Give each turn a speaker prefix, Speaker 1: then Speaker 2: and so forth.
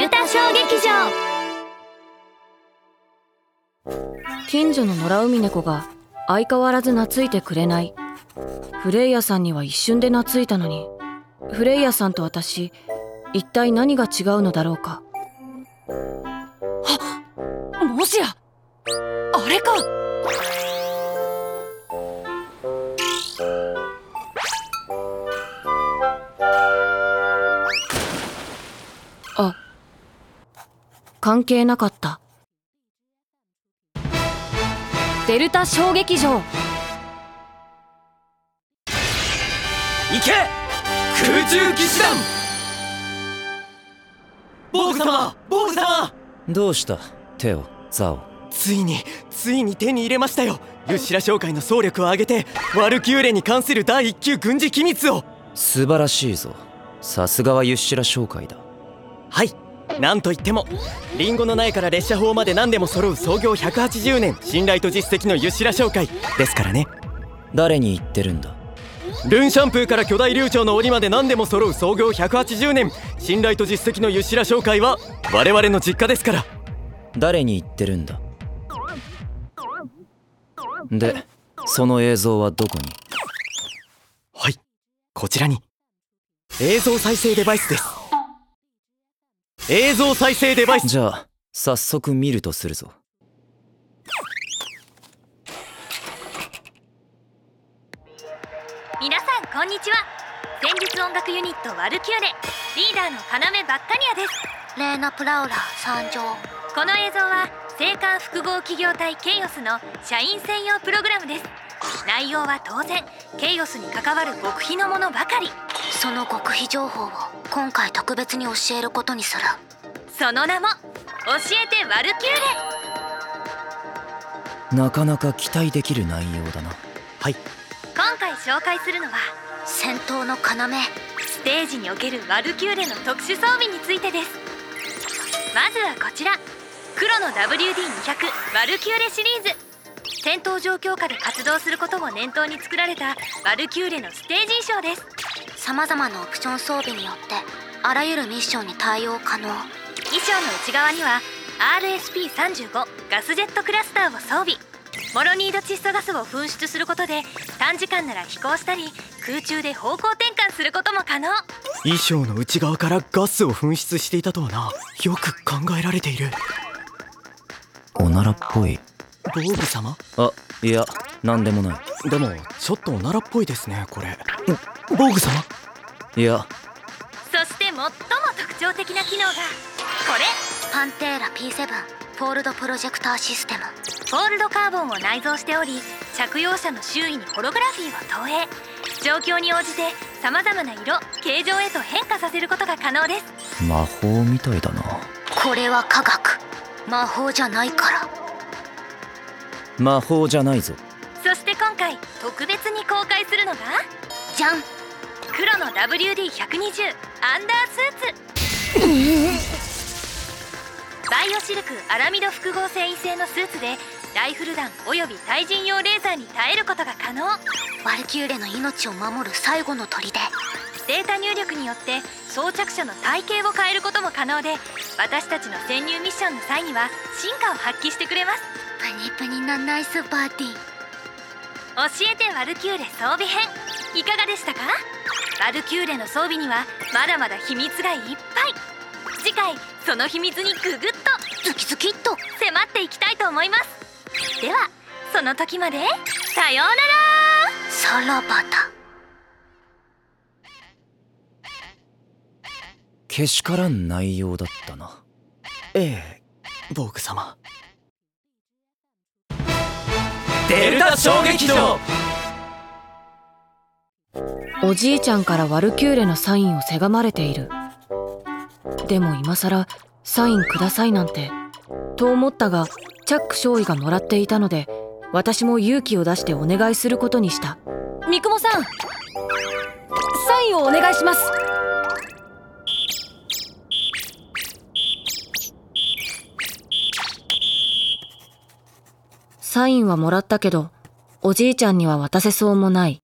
Speaker 1: 劇場
Speaker 2: 近所の野良海猫が相変わらず懐いてくれないフレイヤさんには一瞬で懐いたのにフレイヤさんと私一体何が違うのだろうか
Speaker 1: もしやあれか
Speaker 2: あ関係なかったデルタ小劇場
Speaker 3: 行け空中騎士団ボーグ様ボーグ様
Speaker 4: どうしたテオザオ
Speaker 3: ついについに手に入れましたよユシラ商会の総力を挙げてワルキューレに関する第一級軍事機密を
Speaker 4: 素晴らしいぞさすがはユッシュラ商会だ
Speaker 3: はいなんといってもリンゴの苗から列車砲まで何でも揃う創業180年信頼と実績のユシラ商会ですからね
Speaker 4: 誰に言ってるんだ
Speaker 3: ルンシャンプーから巨大流暢の檻まで何でも揃う創業180年信頼と実績のユシラ商会は我々の実家ですから
Speaker 4: 誰に言ってるんだでその映像はどこに
Speaker 3: はいこちらに映像再生デバイスです映像再生デバイス
Speaker 4: じゃあ早速見るとするぞ
Speaker 1: 皆さんこんにちは先日音楽ユニットワルキューレリーダーの要バッカニアですレーナ・プラウラ参上この映像は青函複合企業体ケイオスの社員専用プログラムです内容は当然ケイオスに関わる極秘のものばかり
Speaker 5: その極秘情報を今回特別に教えることにする
Speaker 1: その名も教えてワルキューレ
Speaker 4: なかなか期待できる内容だな
Speaker 3: はい
Speaker 1: 今回紹介するのは
Speaker 5: 戦闘の要
Speaker 1: ステージにおけるワルキューレの特殊装備についてですまずはこちら黒の WD200 ワルキューレシリーズ戦闘状況下で活動することも念頭に作られたワルキューレのステージ衣装です
Speaker 5: さまざまなオプション装備によってあらゆるミッションに対応可能
Speaker 1: 衣装の内側には RSP35 ガスジェットクラスターを装備モロニード窒素ガスを噴出することで短時間なら飛行したり空中で方向転換することも可能
Speaker 3: 衣装の内側からガスを噴出していたとはなよく考えられている
Speaker 4: おならっぽい
Speaker 3: ボーグ様
Speaker 4: あいや何でもな
Speaker 3: でもちょっとおならっぽいですねこれボーグ様
Speaker 4: いいや
Speaker 1: そして最も特徴的な機能がこれ
Speaker 5: パンテーラ P7 フォールドプロジェクターシステム
Speaker 1: フォールドカーボンを内蔵しており着用者の周囲にホログラフィーを投影状況に応じてさまざまな色形状へと変化させることが可能です
Speaker 4: 魔法みたいだな
Speaker 5: これは科学魔法じゃないから
Speaker 4: 魔法じゃないぞ
Speaker 1: そして今回特別に公開するのが
Speaker 5: じゃん
Speaker 1: 黒の WD120 アンダースーツバイオシルクアラミド複合繊維製のスーツでライフル弾および対人用レーザーに耐えることが可能
Speaker 5: ワルキューレの命を守る最後の砦
Speaker 1: データ入力によって装着者の体型を変えることも可能で私たちの潜入ミッションの際には進化を発揮してくれます
Speaker 5: プニプニなナイスバディ
Speaker 1: 教えてワルキューレ装備編いかがでしたかワルキューレの装備にはまだまだ秘密がいっぱい次回その秘密にググッと
Speaker 5: ズキズキっと
Speaker 1: 迫っていきたいと思いますではその時までさようなら
Speaker 5: さらばだ
Speaker 4: けしからん内容だったな
Speaker 3: ええボーグ様
Speaker 4: デルタ衝撃場
Speaker 2: おじいちゃんからワルキューレのサインをせがまれているでも今さらサインくださいなんてと思ったがチャック少尉がもらっていたので私も勇気を出してお願いすることにした三雲さんサインをお願いしますサインはもらったけどおじいちゃんには渡せそうもない